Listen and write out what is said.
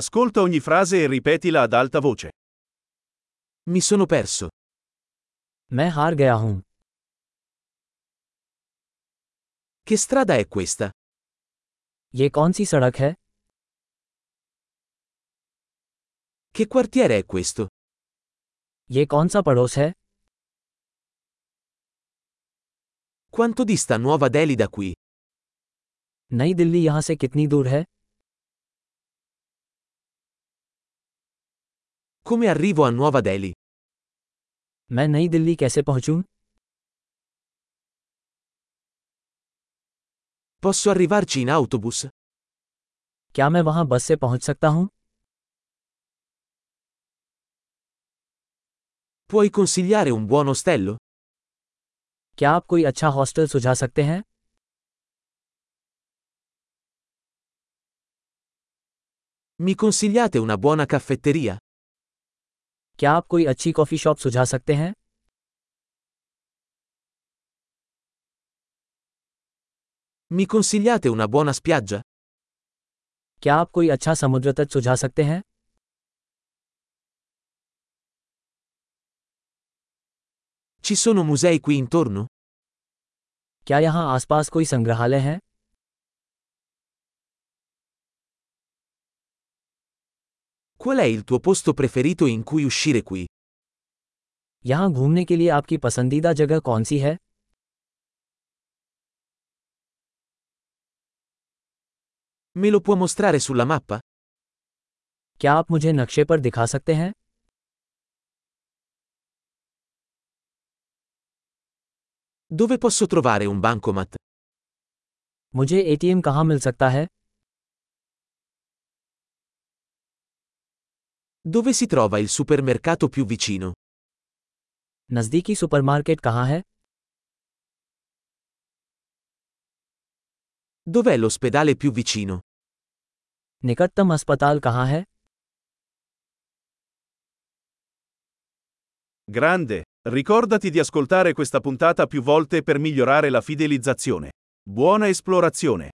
Ascolta ogni frase e ripetila ad alta voce. Mi sono perso. मैं हार गया हूँ Che strada è questa? ये कौन सी सड़क है Che quartiere è questo? ये कौन सा पड़ोस है Quanto dista Nuova Delhi da qui? नई दिल्ली यहाँ से कितनी दूर है Come arrivo a Nuova Delhi? मैं नई दिल्ली कैसे पहुँचूँ Posso arrivarci in autobus? क्या मैं वहाँ बस से पहुँच सकता हूँ Puoi consigliare un buon ostello? क्या आप कोई अच्छा हॉस्टल सुझा सकते हैं Mi consigliate una buona caffetteria? क्या आप कोई अच्छी कॉफ़ी शॉप सुझा सकते हैं Mi consigliate una buona spiaggia? क्या आप कोई अच्छा समुद्र तट सुझा सकते हैं Ci sono musei qui intorno? क्या यहाँ आसपास कोई संग्रहालय है Qual è il tuo posto preferito in cui uscire qui? यहाँ घूमने के लिए आपकी पसंदीदा जगह कौन सी है Me lo può mostrare sulla mappa? क्या आप मुझे नक्शे पर दिखा सकते हैं Dove posso trovare un bancomat? मुझे एटीएम कहाँ मिल सकता है Dove si trova il supermercato più vicino? नज़दीकी सुपरमार्केट कहाँ है Dov'è l'ospedale più vicino? निकटतम अस्पताल कहाँ है Grande! Ricordati di ascoltare questa puntata più volte per migliorare la fidelizzazione. Buona esplorazione!